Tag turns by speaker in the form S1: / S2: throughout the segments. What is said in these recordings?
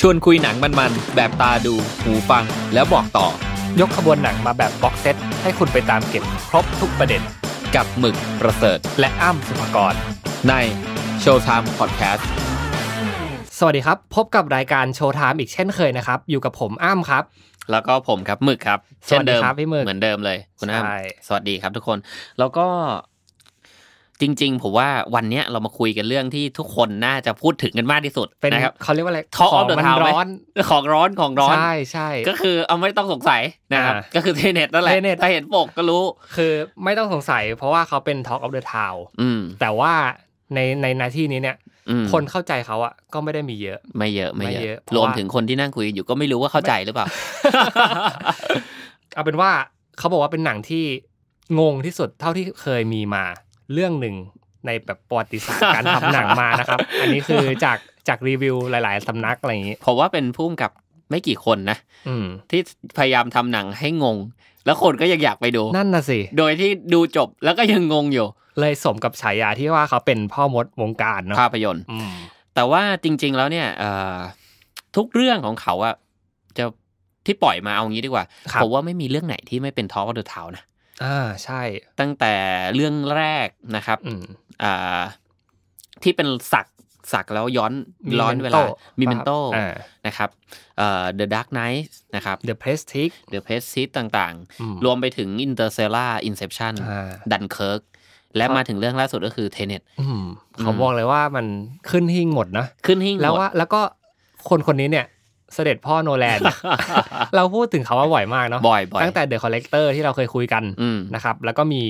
S1: ชวนคุยหนังมันๆ แบบตาดู หูฟัง แล้วบอกต่อ
S2: ยกขบวนหนังมาแบบบ็อกเซตให้คุณไปตามเก็บครบทุกประเด็น
S1: กับหมึกประเสริฐ
S2: และอ้ำสุภกร
S1: ในโชว์ไทม์พอดแคสต์
S2: สวัสดีครับ พบกับรายการโชว์ไทม์อีกเช่นเคยนะครับ อยู่กับผมอ้ำครับ
S1: แล้วก็ผมครับหมึกครับ
S2: ส
S1: เช่
S2: วัสดี
S1: นเดิม
S2: ครับพี่หมึก
S1: เหมือนเดิมเลย คุณอ้ำ
S2: ใช่
S1: สวัสดีครับทุกคน แล้วก็จริง ๆ ผมว่าวันเนี้ยเรามาคุยกันเรื่องที่ทุกคนน่าจะพูดถึงกันมากที่สุด
S2: เป็น
S1: นะครับ
S2: เขาเรียกว่าอะไร
S1: Talk
S2: ข
S1: of
S2: อง
S1: the
S2: มัน
S1: Town ไหม
S2: ร้อน
S1: ของร้อนของร้อน
S2: ใช่ใช่
S1: ก็คือเอาไม่ต้องสงสัยนะครับ
S2: อ่า
S1: ก็คือเทเน็ตนั่นแหละ
S2: เทเน็ต
S1: ถ้าเห็นปกก็รู้
S2: คือไม่ต้องสงสัย เพราะว่าเขาเป็น Talk of the Town
S1: อืม
S2: แต่ว่าในในหนาที่นี้เนี่ย
S1: อืม
S2: คนเข้าใจเขาอะก็ไม่ได้มีเยอะ
S1: ไม่เยอะไม่
S2: ไม่
S1: เย
S2: เย
S1: อะ
S2: อะเพราะ
S1: รวม
S2: ว่า
S1: ถึงคนที่นั่งคุยกันอยู่ก็ไม่รู้ว่าเข้าใจหรือเปล่า
S2: เอาเป็นว่าเขาบอกว่าเป็นหนังที่งงที่สุดเท่าที่เคยมีมา เรื่องหนึ่งในแบบประวัติศาสตร์การทำหนังมา นะครับ อันนี้คือจากจากรีวิวหลาย ๆสำนักอะไรอย่างนี้
S1: ผมว่าเป็นพุ่มกับไม่กี่คนนะ
S2: อืม
S1: ที่พยายามทำหนังให้งง แล้วคนก็ยังอยากไปดู
S2: นั่นน่ะสิ
S1: โดยที่ดูจบแล้วก็ยังงงอยู่
S2: เลยสมกับฉายาที่ว่าเขาเป็นพ่อมดวงการเนาะ
S1: ภาพยนตร์
S2: อืม
S1: แต่ว่าจริง ๆ แล้วเนี่ยเอ่อทุกเรื่องของเขาอะจะที่ปล่อยมาเอางี้ดีกว่า
S2: ครับ
S1: ผมว่าไม่มีเรื่องไหนที่ไม่เป็นทอ p ์กเดอะทาวนะ
S2: อ่าใช่
S1: ตั้งแต่เรื่องแรกนะครับ
S2: อืม
S1: อ่าที่เป็นสักสักแล้วย้อนร้อนเวลา
S2: Memento
S1: มิเมนโต
S2: อ่า
S1: นะครับเอ่อ The Dark Knight นะครับ
S2: The Prestige
S1: The p r e s t i g e ต่าง
S2: อืม
S1: ๆ รวมไปถึง Interstellar Inception
S2: อ่า
S1: Dunkirk และมาถึงเรื่องล่าสุดก็คือ Tenet
S2: อืมเขาบอกเลยว่ามันขึ้นหิ่งหมดนะ
S1: ขึ้นหิ้ง
S2: แล้ว
S1: หมด
S2: ว่าแล้วก็คนคนนี้เนี่ย เสด็จพ่อโนแลน เนี่ย เราพูดถึงเขาว่าบ่อยมากเนาะ
S1: บ่อยบ่อย
S2: ตั้งแต่เดอะคอลเลกเตอร์ที่เราเคยคุยกัน
S1: อืม
S2: นะครับ แล้วก็มี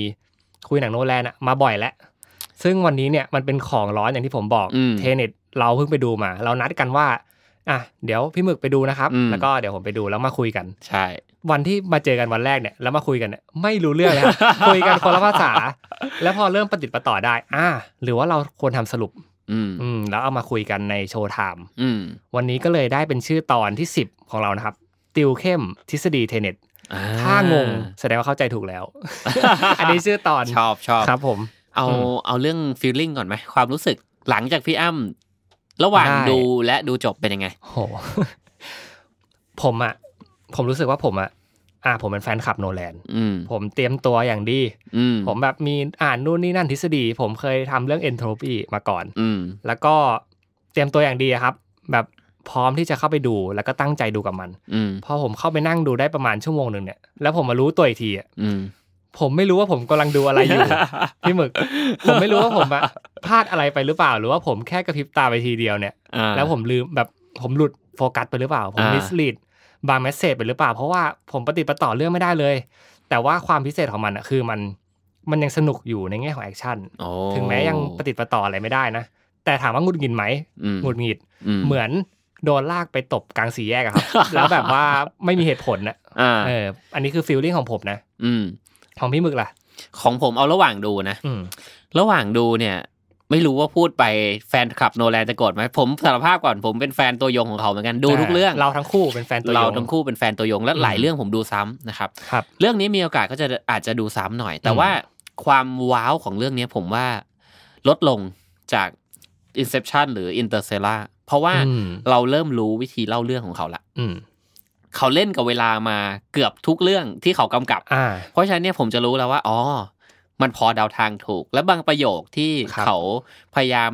S2: คุยหนังโนแลนอะมาบ่อยแล้ว ซึ่งวันนี้เนี่ยมันเป็นของร้อนอย่างที่ผมบอก
S1: อืม
S2: เทเน็ตเราเพิ่งไปดูมา เรานัดกันว่าอ่ะเดี๋ยวพี่หมึกไปดูนะครับ
S1: อืม
S2: แล้วก็เดี๋ยวผมไปดูแล้วมาคุยกัน
S1: ใช่
S2: วันที่มาเจอกันวันแรกเนี่ยแล้วมาคุยกันเนี่ยไม่รู้เรื่อง แล้ว คุยกันคนละภาษา แล้วพอเริ่มปฏิติดประต่อได้ อ่า หรือว่าเราควรทำสรุป
S1: อืม
S2: อืม แล้วเอามาคุยกันในโชว์ไทม์
S1: อืม
S2: วันนี้ก็เลยได้เป็นชื่อตอนที่ 10 ของเรานะครับ ติวเข้มทฤษฎีเทเน็ต
S1: อ่
S2: ถ้างงแสดงว่าเข้าใจถูก แล้ว อันนี้ชื่อตอน
S1: ชอบชอบ
S2: ครับผม
S1: เอา
S2: อืม
S1: เอาเรื่อง Feeling ก่อนไหมความรู้สึกหลังจากพี่อ้ำระหว่าง
S2: ได้
S1: ดูและดูจบเป็นยังไง
S2: โห ผมอะผมรู้สึกว่าผมอะอ่า ผมเป็นแฟนคลับโนแลน
S1: อืม
S2: ผมเตรียมตัวอย่างดี
S1: อืม
S2: ผมแบบมีอ่านนู่นนี่นั่นทฤษฎี ผมเคยทำเรื่องเอนโทรปีมาก่อน
S1: อืม
S2: แล้วก็เตรียมตัวอย่างดีอะครับ แบบพร้อมที่จะเข้าไปดู แล้วก็ตั้งใจดูกับมัน
S1: อืม
S2: พอผมเข้าไปนั่งดูได้ประมาณชั่วโมงหนึ่งเนี่ย แล้วผมมารู้ตัวอีกทีอะ
S1: อืม
S2: ผมไม่รู้ว่าผมกำลังดูอะไรอยู่ พี่หมึก ผมไม่รู้ว่าผมอะพลาดอะไรไปหรือเปล่า หรือว่าผมแค่กระพริบตาไปทีเดียวเนี่ย
S1: อ่า
S2: แล้วผมลืมแบบผมหลุดโฟกัสไปหรือเปล่า ผม
S1: อ่า
S2: มิสลีดบางเมสเซจไปหรือเปล่า เพราะว่าผมปฏิดประต่อเรื่องไม่ได้เลย แต่ว่าความพิเศษของมันอะคือมันมันยังสนุกอยู่ในแง่ของแอคชั่น
S1: โอ้
S2: ถึงแม้ยังปฏิดประต่ออะไรไม่ได้นะ แต่ถามว่าหงุดหงิดไหม
S1: อืม
S2: หงุดหงิด
S1: อื
S2: เหมือนโดนลากไปตบกลางสี่แยก อะครับ แล้วแบบว่าไม่มีเหตุผลนะ
S1: อ่า
S2: เออ อันนี้คือฟีลลิ่งของผมนะ
S1: อืม
S2: ของพี่หมึกล่ะ
S1: ของผมเอาระหว่างดูนะ
S2: อืม
S1: ระหว่างดูเนี่ย ไม่รู้ว่าพูดไปแฟนคลับโนแลนจะโกรธไหมผมสารภาพก่อนผมเป็นแฟนตัวยงของเขาเหมือนกันดูทุกเรื่อง
S2: เราทั้งคู่เป็นแฟนตัวยง
S1: เราทั้งคู่เป็นแฟนตัวยงและ
S2: อืม
S1: หลายเรื่องผมดูซ้ำนะครับ
S2: ครับ
S1: เรื่องนี้มีโอกาสก็จะอาจจะดูซ้ำหน่อย แต่
S2: อืม
S1: ว่าความว้าวของเรื่องนี้ผมว่าลดลงจาก Inception หรือ Interstellar เพราะว่า
S2: อืม
S1: เราเริ่มรู้วิธีเล่าเรื่องของเขาละ
S2: อืม
S1: เขาเล่นกับเวลามาเกือบทุกเรื่องที่เขากำกับ
S2: อ่า
S1: เพราะฉะนั้นเนี่ยผมจะรู้แล้วว่า อ๋อ มันพอเดาทางถูก และบางประโยคที่
S2: ครับ
S1: เขาพยายาม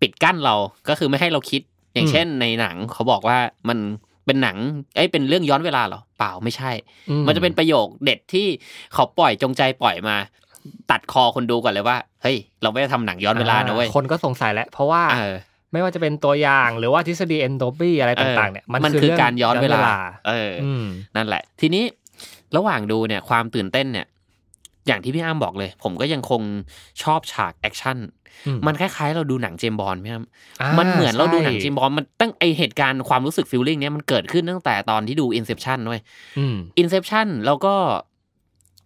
S1: ปิดกั้นเราก็คือไม่ให้เราคิด อย่าง
S2: อืม
S1: เช่นในหนังเขาบอกว่ามันเป็นหนังเอ้ยเป็นเรื่องย้อนเวลาเหรอ เปล่าไม่ใช่
S2: อื
S1: มันจะเป็นประโยคเด็ดที่เขาปล่อยจงใจปล่อยมา ตัดคอคนดูก่อนเลยว่า เฮ้ย เราไม่ได้ทำหนังย้อนเวลานะเว้ย
S2: คนก็สงสัยแล้ว เพราะว่า
S1: เออ
S2: ไม่ว่าจะเป็นตัวอย่างหรือว่าทฤษฎีเอนโทรปีอะไรต่าง ๆ เนี่ย มัน
S1: มัน
S2: คือ
S1: คือ
S2: เง
S1: การย้อนเวลา เออ
S2: อืม
S1: นั่นแหละ ทีนี้ระหว่างดูเนี่ยความตื่นเต้นเนี่ย อย่างที่พี่อ้ามบอกเลย ผมก็ยังคงชอบฉากแอคชั่น
S2: อืม
S1: มันคล้ายๆ เราดูหนังเจมส์บอลด์พี่อ้าม
S2: อ่า
S1: มันเหมือนเราดูหนังเจมส์
S2: ใช่
S1: บอลด์มันตั้งไอเหตุการณ์ความรู้สึกฟิลลิ่งเนี่ยมันเกิดขึ้นตั้งแต่ตอนที่ดู Inception ด้วย
S2: อืม
S1: Inception แล้วก็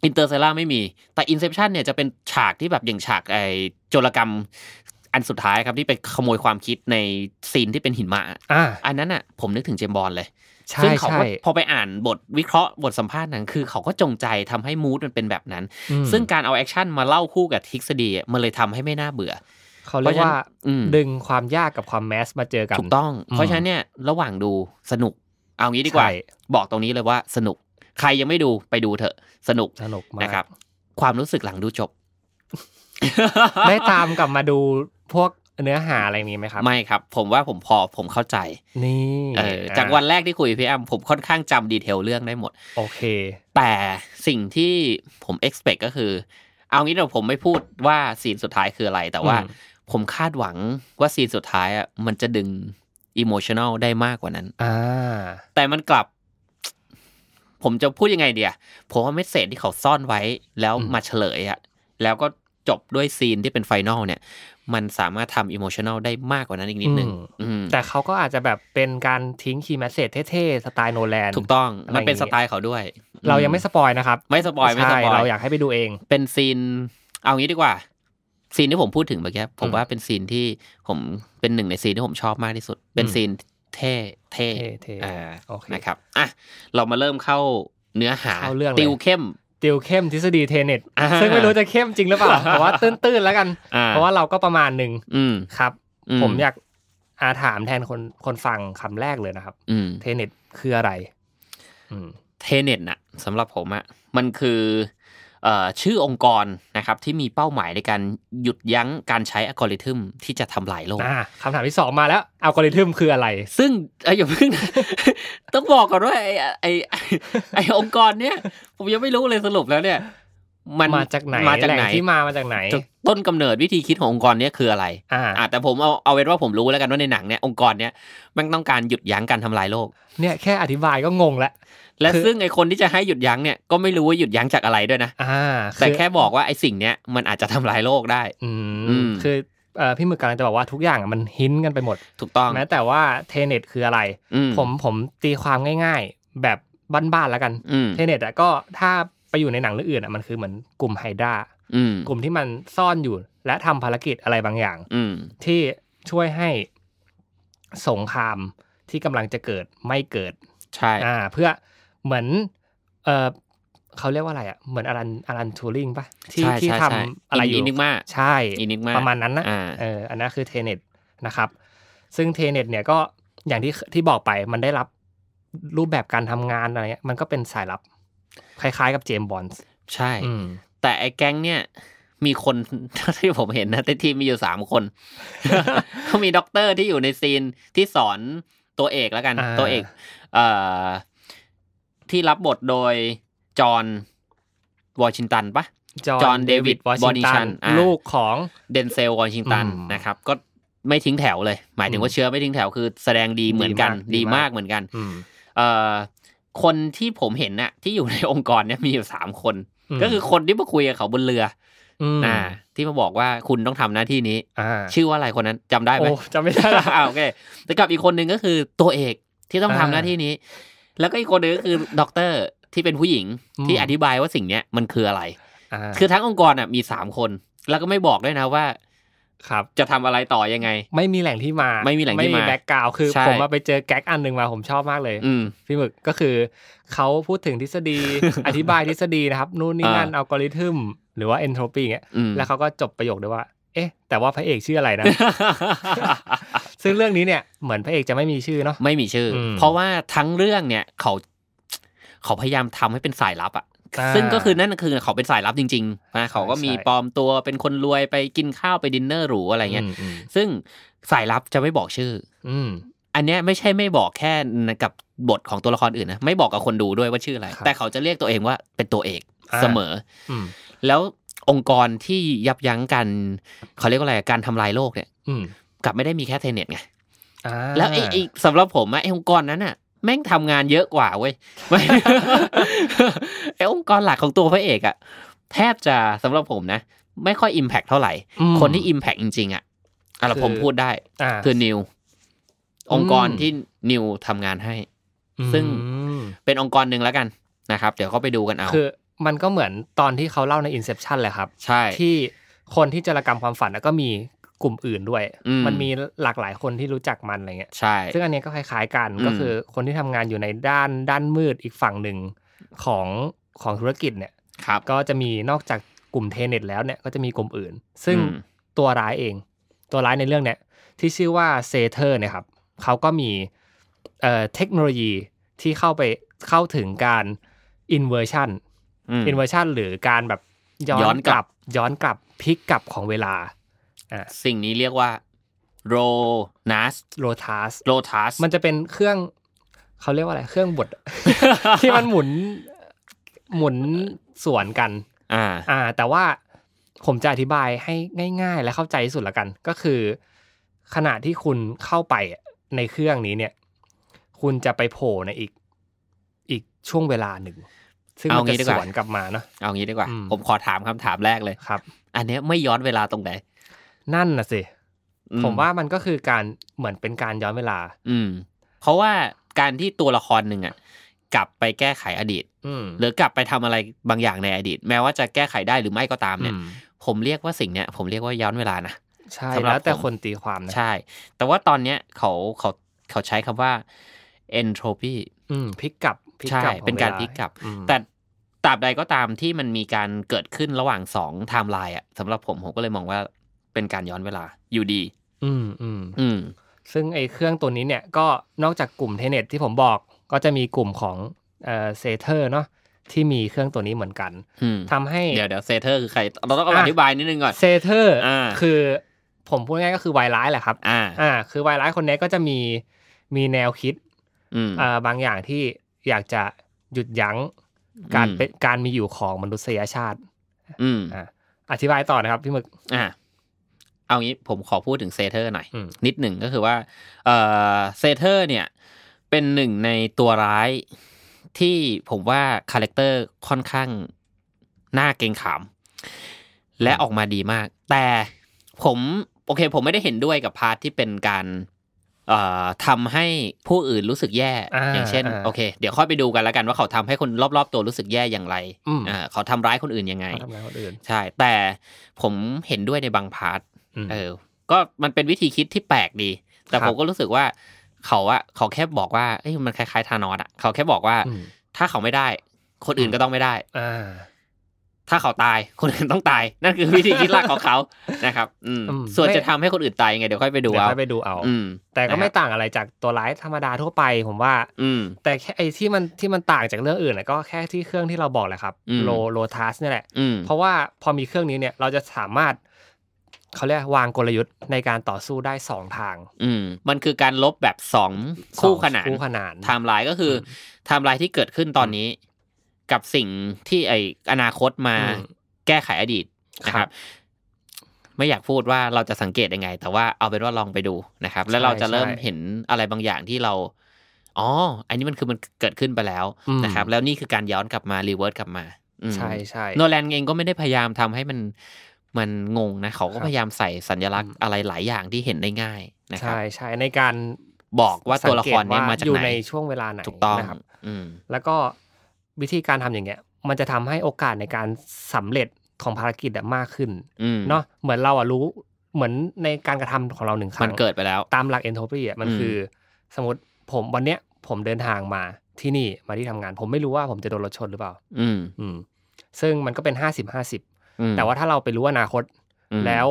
S1: Interstellar ไม่มี แต่ Inception เนี่ยจะเป็นฉากที่แบบอย่างฉากไอโจรกรรมอันสุดท้ายครับที่ไปขโมยความคิดในซีนที่เป็นหินมะ
S2: อ่า
S1: อันนั้นอ่ะผมนึกถึงเจมส์บอลด์เลย
S2: ใช่
S1: ซึ่งเขา
S2: ใช่
S1: ก็พอไปอ่านบทวิเคราะห์บทสัมภาษณ์นั้นคือเขาก็จงใจทำให้มูดมันเป็นแบบนั้น
S2: อืม
S1: ซึ่งการเอาแอคชั่นมาเล่าคู่กับทฤษฎีอะมันเลยทำให้ไม่น่าเบื่อ
S2: เขาเรียกว่า
S1: อืม
S2: ดึงความยากกับความแมสมาเจอกัน
S1: ถูกต้อง
S2: อืม
S1: เพราะฉะนั้นเนี่ยระหว่างดูสนุก เอางี้ดีกว่า
S2: ใช่
S1: บอกตรงนี้เลยว่าสนุก ใครยังไม่ดูไปดูเถอะ สนุก
S2: สนุกมาก
S1: นะครับ ความรู้สึกหลังดูจบ
S2: ได้ตามกลับมาดูพวกเนื้อหาอะไรนี้ไหมครับ
S1: ไม่ครับ ผมว่าผมพอผมเข้าใจ
S2: นี่
S1: เออจากวันแรกที่คุยกับพี่แอมผมค่อนข้างจำดีเทลเรื่องได้หมด
S2: โอเค
S1: แต่สิ่งที่ผม expect ก็คือ เอางี้เดี๋ยวผมไม่พูดว่าซีนสุดท้ายคืออะไร แต่ว่า
S2: อืม
S1: ผมคาดหวังว่าซีนสุดท้ายอ่ะมันจะดึง emotional ได้มากกว่านั้น
S2: อ่า
S1: แต่มันกลับ ผมจะพูดยังไงเดียผมว่าเมสเซจที่เขาซ่อนไว้แล้ว
S2: อืม
S1: มาเฉลยอะแล้วก็จบด้วยซีนที่เป็นไฟนอลเนี่ย มันสามารถทำอิโมชัน a ลได้มากกว่านั้นอีกนิดนึงอืม
S2: แต่เขาก็อาจจะแบบเป็นการทิ้งคีย์แมสเซจเท่ๆ สไตล์โนแลน
S1: ถูกต้อง
S2: อะไร
S1: มันเป็น
S2: อ
S1: ส
S2: ย่างงี้
S1: ไตล์เขาด้วย
S2: เรายังไม่สปอยนะครับ
S1: ไม่สปอยไม่ส
S2: ใช่
S1: ปอย
S2: เราอยากให้ไปดูเอง
S1: เป็นซีน เอางี้ดีกว่า ซีนที่ผมพูดถึงเมื่อกี้ผม
S2: อืม
S1: ว่าเป็นซีนที่ผมเป็นหนึ่งในซีนที่ผมชอบมากที่สุด เป็น
S2: อืม
S1: ซีนเท่เท่
S2: เท่
S1: อ่า
S2: โอเค
S1: นะครับอ่ะเรามาเริ่มเข้าเนื้อหา
S2: เข้าเรื่องเลย
S1: ติวเข้ม
S2: ๆติวเข้มทฤษฎีเทเน็ต
S1: อ่า
S2: ซึ่งไม่รู้จะเข้มจริงหรือเป ล่าแต่ว่าตื้นๆแล้วกัน
S1: อ่
S2: เพราะว่าเราก็ประมาณหนึ่ง
S1: อืม
S2: ครับ
S1: อื
S2: ผมอยากอาถามแทนคนคนฟังคำแรกเลยนะครับ
S1: อืม
S2: เทเน็ตคืออะไร อืม
S1: เทเน็ตน่ะสำหรับผมอะมันคือเอ่อชื่อองค์กรนะครับที่มีเป้าหมายในการหยุดยั้งการใช้อัลกอริทึมที่จะทำลายโลก
S2: อ่าคำถามที่สองมาแล้วอัลกอริทึมคืออะไร
S1: ซึ่งเอ้ยอย่าเพิ่งนะ ต้องบอกก่อนว่าไอ้ไอ้ไอ้ไอ้องค์กรเนี่ย ผมยังไม่รู้เลยสรุปแล้วเนี่ย มัน
S2: มาจากไหน
S1: มาจากไหน
S2: แหล่งที่มามาจากไหน
S1: จุดต้นกำเนิดวิธีคิดขององค์กรเนี้ยคืออะไร
S2: อ่า
S1: อ่ะแต่ผมเอาเอาเป็นว่าผมรู้แล้วกันว่าในหนังเนี่ยองค์กรเนี้ยมันต้องการหยุดยั้งการทำลายโลก
S2: เนี่ยแค่อธิบายก็งงแล้ว
S1: และ
S2: คือ
S1: ซึ่งไอคนที่จะให้หยุดยั้งเนี่ยก็ไม่รู้ว่าหยุดยั้งจากอะไรด้วยนะ
S2: อ่า
S1: แต่
S2: อ
S1: แค่บอกว่าไอ้สิ่งเนี้ยมันอาจจะทำลายโลกได้
S2: อื
S1: อื
S2: ม
S1: ม
S2: คือเอ่อพี่หมึกกำลังจะบอกว่าทุกอย่างอะมันหินกันไปหมด
S1: ถูกต้อง
S2: แม้แต่ว่าเทเน็ตคืออะไร
S1: อืม
S2: ผมผมตีความง่าย ๆ แบบบ้านๆแล้วกัน
S1: อืม
S2: เทเน็ตอะก็ถ้าไปอยู่ในหนังเรื่องอื่นอะมันคือเหมือนกลุ่มไฮดรา
S1: อืม
S2: กลุ่มที่มันซ่อนอยู่ และทำภารกิจอะไรบางอย่าง
S1: อืม
S2: ที่ช่วยให้สงครามที่กำลังจะเกิดไม่เกิด
S1: ใช่
S2: อ่าเพื่อเหมือนเออเขาเรียกว่าอะไรอ่ะเหมือนอารันอารันทูริงปะที่
S1: ใช่
S2: ที่
S1: ใช่
S2: ท
S1: ใช่
S2: ำอะไรอ
S1: อิ
S2: ยู่
S1: นิกมา
S2: ใช่
S1: อินิกมา
S2: ประมาณนั้นนะ
S1: อ่า
S2: เอออันนั้นคือเทเน็ตนะครับ ซึ่งเทเน็ตเนี่ยก็อย่างที่ที่บอกไปมันได้รับรูปแบบการทำงานอะไรเงี้ยมันก็เป็นสายลับ คล้ายๆกับเจมส์บอนด์
S1: ใช่
S2: อืม
S1: แต่ไอ้แก๊งเนี่ยมีคน ที่ผมเห็นนะในทีมมีอยู่สามคน เขามีด็อกเตอร์ที่อยู่ในซีนที่สอนตัวเอกแล้วกัน
S2: า
S1: ตัวเอกเอ่อที่รับบทโดยจอห์นวอชิงตันปะ
S2: จ
S1: จ
S2: อ
S1: อ
S2: ห์
S1: ห์
S2: น
S1: น
S2: เด
S1: เด
S2: วิ
S1: วิ
S2: ด
S1: ด
S2: ว
S1: ว
S2: อ
S1: อ
S2: ชิ
S1: ชิง
S2: งตั
S1: ตั
S2: น
S1: นอ่า
S2: ลูกของ
S1: เดนเซลวอชิงตัน
S2: อืม
S1: นะครับ ก็ไม่ทิ้งแถวเลย หมายถึงว่าเชื้อไม่ทิ้งแถวคือแสดงดีเหมือนกัน
S2: ดี
S1: ดี
S2: มาม
S1: าก กเหมือนกัน
S2: อืม
S1: เอ่อคนที่ผมเห็นน่ะ ที่อยู่ในองค์กรเนี่ยมีอยู่สามคน ก็คือคนที่มาคุยกับเขาบนเรือ
S2: ม
S1: ออ่า ที่มาบอกว่าคุณต้องทำหน้าที่นี้
S2: อ่า
S1: ชื่อว่าอะไรคนนั้นจำได้ไหม
S2: โอ้จำไม่ได้ละ
S1: อ่าโอเคแต่กับอีกคนหนึ่งก็คือตัวเอกที่ต้องทำ
S2: อ่า
S1: หน้าที่นี้ แล้วก็อีกคนหนึ่งก็คือด็อกเตอร์ที่เป็นผู้หญิง
S2: อืม
S1: ที่อธิบายว่าสิ่งเนี้ยมันคืออะไร
S2: อ่า
S1: คือทั้งองค์กรอ่ะมีสามคน แล้วก็ไม่บอกด้วยนะว่า
S2: ครับ
S1: จะทำอะไรต่อยังไง
S2: ไม่มีแหล่งที่มา
S1: ไม่มีแหล่งที่มา
S2: แบ็กกราวคือ
S1: ใช่
S2: ผมมาไปเจอแก๊กอันหนึ่งมาผมชอบมากเลย
S1: อืม
S2: พี่หมึกก็คือเขาพูดถึงทฤษฎี อธิบายทฤษฎีนะครับ นู่นนี่นั่น
S1: อ่า
S2: อัลกอริทึมหรือว่าเอนโทรปีเงี้ย
S1: อืม
S2: แล้วเขาก็จบประโยคด้วยว่า เอ๊ะ แต่ว่าพระเอกชื่ออะไรนะ ซึ่งเรื่องนี้เนี่ยเหมือนพระเอกจะไม่มีชื่อเนาะ
S1: ไม่มีชื่ออ
S2: ม
S1: เพราะว่าทั้งเรื่องเนี่ยเขาเขาพยายามทำให้เป็นสายลับอ่ะ
S2: อ่า
S1: ซึ่งก็คือนั่นคือเขาเป็นสายลับจริงๆนะเขาก็มี
S2: ใช่
S1: ปลอมตัวเป็นคนรวยไปกินข้าวไปดินเนอร์หรูอะไรเงี้ย
S2: อืม
S1: ซึ่งสายลับจะไม่บอกชื่อ
S2: อืม
S1: อันเนี้ยไม่ใช่ไม่บอกแค่กับบทของตัวละครอื่นนะไม่บอกกับคนดูด้วยว่าชื่ออะไร
S2: ครับ
S1: แต่เขาจะเรียกตัวเองว่าเป็นตัวเอก
S2: อ่า
S1: เสมอ
S2: อืม
S1: แล้วองค์กรที่ยับยั้งการเขาเรียกว่าอะไรการทำลายโลกเนี่ย
S2: อืม
S1: กลับไม่ได้มีแค่เทเน็ตไง
S2: อ่า
S1: แล้วไอ้ไอ้สำหรับผมอะไอ้องค์กรนั้นอะแม่งทำงานเยอะกว่าเว้ย ไม่ ไอ้องค์กรหลักของตัวพระเอกอะแทบจะสำหรับผมนะ ไม่ค่อยอิมแพคเท่าไหร่
S2: อืม
S1: คนที่อิมแพคจริง ๆอะอ่ะเรา
S2: คือ
S1: ผมพูดได้
S2: อ่า
S1: คือนิวองค์กร
S2: อืม
S1: ที่นิวทำงานให้ ซึ่ง
S2: อืม
S1: เป็นองค์กรหนึ่งแล้วกันนะครับ เดี๋ยวก็ไปดูกันเอา
S2: คือมันก็เหมือนตอนที่เขาเล่าใน Inception เลยครับ
S1: ใช่
S2: ที่คนที่จะระกรรมความฝันแล้วก็มีกลุ่มอื่นด้วย
S1: อืม
S2: มันมีหลากหลายคนที่รู้จักมันอะไรเงี้ย
S1: ใช่
S2: ซึ่งอันเนี้ยก็คล้ายๆกัน
S1: อืม
S2: ก็คือคนที่ทำงานอยู่ในด้านด้านมืดอีกฝั่งหนึ่งของของธุรกิจเนี่ย
S1: ครับ
S2: ก็จะมีนอกจากกลุ่มเทเน็ตแล้วเนี่ยก็จะมีกลุ่มอื่น ซึ่ง
S1: อืม
S2: ตัวร้ายเอง ตัวร้ายในเรื่องเนี้ยที่ชื่อว่าเซเทอร์นะครับเขาก็มีเอ่อเทคโนโลยีที่เข้าไปเข้าถึงการอินเวอร์ชัน
S1: ม
S2: อินเวอร์ชันหรือการแบบ
S1: ย้
S2: ย้อ
S1: อน น
S2: ก
S1: กลั
S2: ลับ
S1: บ
S2: ย้อนกลับพลิกกลับของเวลาอ่า
S1: สิ่งนี้เรียกว่าโรนัส
S2: โรทัส
S1: โรทัส
S2: มันจะเป็นเครื่องเขาเรียกว่าอะไร เครื่องบด ที่มันหมุนหมุนส่วนกัน
S1: อ่า
S2: อ่า แต่ว่าผมจะอธิบายให้ง่าย ๆ และเข้าใจที่สุดละกัน ก็คือ ขณะที่คุณเข้าไปในเครื่องนี้เนี่ย คุณจะไปโผล่ในอีกอีกช่วงเวลาหนึ่ง ซึ่งมัน
S1: เอางี้
S2: จะ
S1: ดีก
S2: ส
S1: ว่า
S2: วนกลับมาเนาะ
S1: เอางี้ดีกว่า
S2: อืม
S1: ผมขอถามคำถามแรกเลย
S2: ครับ
S1: อันเนี้ยไม่ย้อนเวลาตรงไหน
S2: นั่นน่ะสิ
S1: อื
S2: ผมว่ามันก็คือการเหมือนเป็นการย้อนเวลา
S1: อืม เพราะว่าการที่ตัวละครหนึ่งอ่ะ กลับไปแก้ไขอดีต
S2: อืม
S1: หรือกลับไปทำอะไรบางอย่างในอดีต แม้ว่าจะแก้ไขได้หรือไม่ก็ตามเนี่ย
S2: อืม
S1: ผมเรียกว่าสิ่งเนี้ย ผมเรียกว่าย้อนเวลานะ
S2: ใช่
S1: สำหรับ
S2: แล้วแต่
S1: ผม
S2: คนตีความนะ
S1: ใช่ แต่ว่าตอนเนี้ยเขาเขาเขาใช้คำว่า entropy
S2: อืมพลิกกลับพลิก
S1: ใช่
S2: กลับของ
S1: เป็นการ
S2: วล
S1: พลิกกลับ
S2: อืม
S1: แต่ตราบใดก็ตามที่มันมีการเกิดขึ้นระหว่างสองไทม์ไลน์อ่ะสำหรับผมผมก็เลยมองว่าเป็นการย้อนเวลาอยู่ดี
S2: อืมอืม
S1: อืม
S2: ซึ่งไอ้เครื่องตัวนี้เนี่ยก็นอกจากกลุ่มเทเน็ตที่ผมบอกก็จะมีกลุ่มของเอ่อเซเทอร์เนาะที่มีเครื่องตัวนี้เหมือนกัน
S1: อืม
S2: ทำให้
S1: เดี๋ยวเดี๋ยวเซเทอร์คือใคร เราต้อง
S2: อ่ะ
S1: อธิบายนิดนึงก่อน
S2: เซเทอร์
S1: อ่า
S2: คือผมพูดง่ายๆก็คือไวรัสแหละครับ
S1: อ่า
S2: อ่าคือไวรัสคนนี้ก็จะมีมีแนวคิด
S1: อืม
S2: เอ่อบางอย่างที่อยากจะหยุดยั้งการ
S1: อืม
S2: เป็นการมีอยู่ของมนุษยชาติ
S1: อืม
S2: อ่ะอธิบายต่อนะครับพี่หมึก
S1: อ่าเอางี้ผมขอพูดถึงเซเทอร์หน่อย
S2: อืม
S1: นิดหนึ่งก็คือว่า เอ่อเซเทอร์เนี่ย เป็นหนึ่งในตัวร้ายที่ผมว่าคาแรคเตอร์ค่อนข้างน่าเกรงขาม และออกมาดีมาก แต่ผมโอเค ผมไม่ได้เห็นด้วยกับพาร์ทที่เป็นการเอ่อทำให้ผู้อื่นรู้สึกแย่
S2: อ่า
S1: อย่างเช่น
S2: อ่า
S1: โอเค เดี๋ยวค่อยไปดูกันแล้วกันว่าเขาทำให้คนรอบๆตัวรู้สึกแย่อย่างไร
S2: อืม
S1: อ่าเขาทำร้ายคนอื่นยังไง
S2: ทำร้ายคนอื่น
S1: ใช่ แต่ผมเห็นด้วยในบางพาร์ท
S2: อืม
S1: เออ ก็มันเป็นวิธีคิดที่แปลกดี แต่
S2: ครั
S1: ผม
S2: บ
S1: ก็รู้สึกว่าเขาอะเขาแค่บอกว่าเอ้ยมันคล้ายๆธานอสอะเขาแค่บอกว่า
S2: ม
S1: ถ้าเขาไม่ได้ คนอื่นก็ต้องไม่ได้
S2: อ่า
S1: ถ้าเขาตาย คนอื่นต้องตาย นั่นคือวิธีคิดหลักของเขา นะครับ อืม
S2: อืม
S1: ส่วน
S2: ไม่
S1: จะทำให้คนอื่นตายยังไงเดี๋ยวค่อยไปดู
S2: เดี๋ยว
S1: เอา
S2: ค่อยไปดูเอา
S1: อืม
S2: แต่ก็ไม่
S1: นะครับ
S2: ต่างอะไรจากตัวร้ายธรรมดาทั่วไปผมว่า
S1: อืม
S2: แต่แค่ไอ้ที่มันที่มันต่างจากเรื่องอื่นน่ะก็แค่ที่เครื่องที่เราบอกแหละครับ
S1: อืม
S2: โลโลทัสเนี่ยแหละ
S1: อืม
S2: เพราะว่าพอมีเครื่องนี้เนี่ยเราจะสามารถเขาเรียกวางกลยุทธ์ในการต่อสู้ได้สองทาง
S1: อืม มันคือการลบแบบสอง
S2: สอง
S1: คู่ขนาน
S2: คู่ขนาน
S1: ไทม์ไลน์ก็คืออ
S2: ม
S1: ไทม์ไลน์ที่เกิดขึ้นตอนนี้ กับสิ่งที่ไออนาคตมา
S2: อืม
S1: แก้ไขอดีตนะค
S2: ครั
S1: รั
S2: บบ
S1: ไม่อยากพูดว่าเราจะสังเกตยังไง แต่ว่าเอาเป็นว่าลองไปดูนะครับ แล้ว
S2: ใช่
S1: เราจะเริ่ม
S2: ใช่
S1: เห็นอะไรบางอย่างที่เราอ๋ออันนี้มันคือมันเกิดขึ้นไปแล้ว
S2: อืม
S1: นะครับ แล้วนี่คือการย้อนกลับมารีเวิร์สกลับมาอืม
S2: ใช่ใช่
S1: โนแลนเองก็ไม่ได้พยายามทำให้มันมันงงนะเขาก็
S2: ครับ
S1: พยายามใส่สัญลักษณ์
S2: อืม
S1: อะไรหลายอย่างที่เห็นได้ง่ายนะครับ
S2: ใช่ใช่ในการ
S1: บอกว่าตัวละครเนี้ยมาจาก
S2: อยู่
S1: ไหน
S2: ในช่วงเวลาไหน
S1: ถูกต้อง
S2: นะครับ
S1: อืม
S2: แล้วก็วิธีการทำอย่างเงี้ย มันจะทำให้โอกาสในการสำเร็จของภารกิจอะมากขึ้น
S1: อืม
S2: เนาะเหมือนเราอะรู้เหมือนในการกระทำของเราหนึ่งครั้ง
S1: มันเกิดไปแล้ว
S2: ตามหลักเอนโทรปีอะมัน
S1: อืม
S2: คือ สมมติผมวันเนี้ยผมเดินทางมาที่นี่มาที่ทำงาน ผมไม่รู้ว่าผมจะโดนรถชนหรือเปล่า
S1: อืม
S2: อืม ซึ่งมันก็เป็นห้าสิบห้าสิบ
S1: อืม
S2: แต่ว่าถ้าเราไปรู้อนาคต
S1: อืม
S2: แล้ว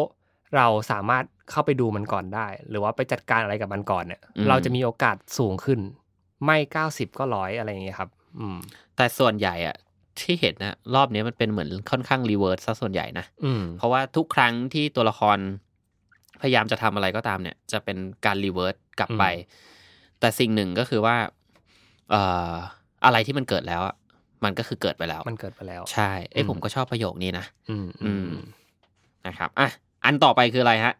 S2: เราสามารถเข้าไปดูมันก่อนได้ หรือว่าไปจัดการอะไรกับมันก่อนเนี่ย
S1: อืม
S2: เราจะมีโอกาสสูงขึ้น ไม่เก้าสิบก็ร้อยอะไรอย่างเงี้ยครับ อืม
S1: แต่ส่วนใหญ่อะที่เห็นนะรอบนี้มันเป็นเหมือนค่อนข้างรีเวิร์สซะส่วนใหญ่นะ
S2: อืม
S1: เพราะว่าทุกครั้งที่ตัวละคร พยายามจะทำอะไรก็ตามเนี่ย จะเป็นการรีเวิร์สกลับไป
S2: อื
S1: แต่สิ่งหนึ่งก็คือว่าเอ่ออะไรที่มันเกิดแล้วอะมันก็คือเกิดไปแล้ว
S2: มันเกิดไปแล้ว
S1: ใช่เอ้ย
S2: อืม
S1: ผมก็ชอบประโยคนี้นะ
S2: อืม
S1: อืม นะครับอ่ะอันต่อไปคืออะไรฮะ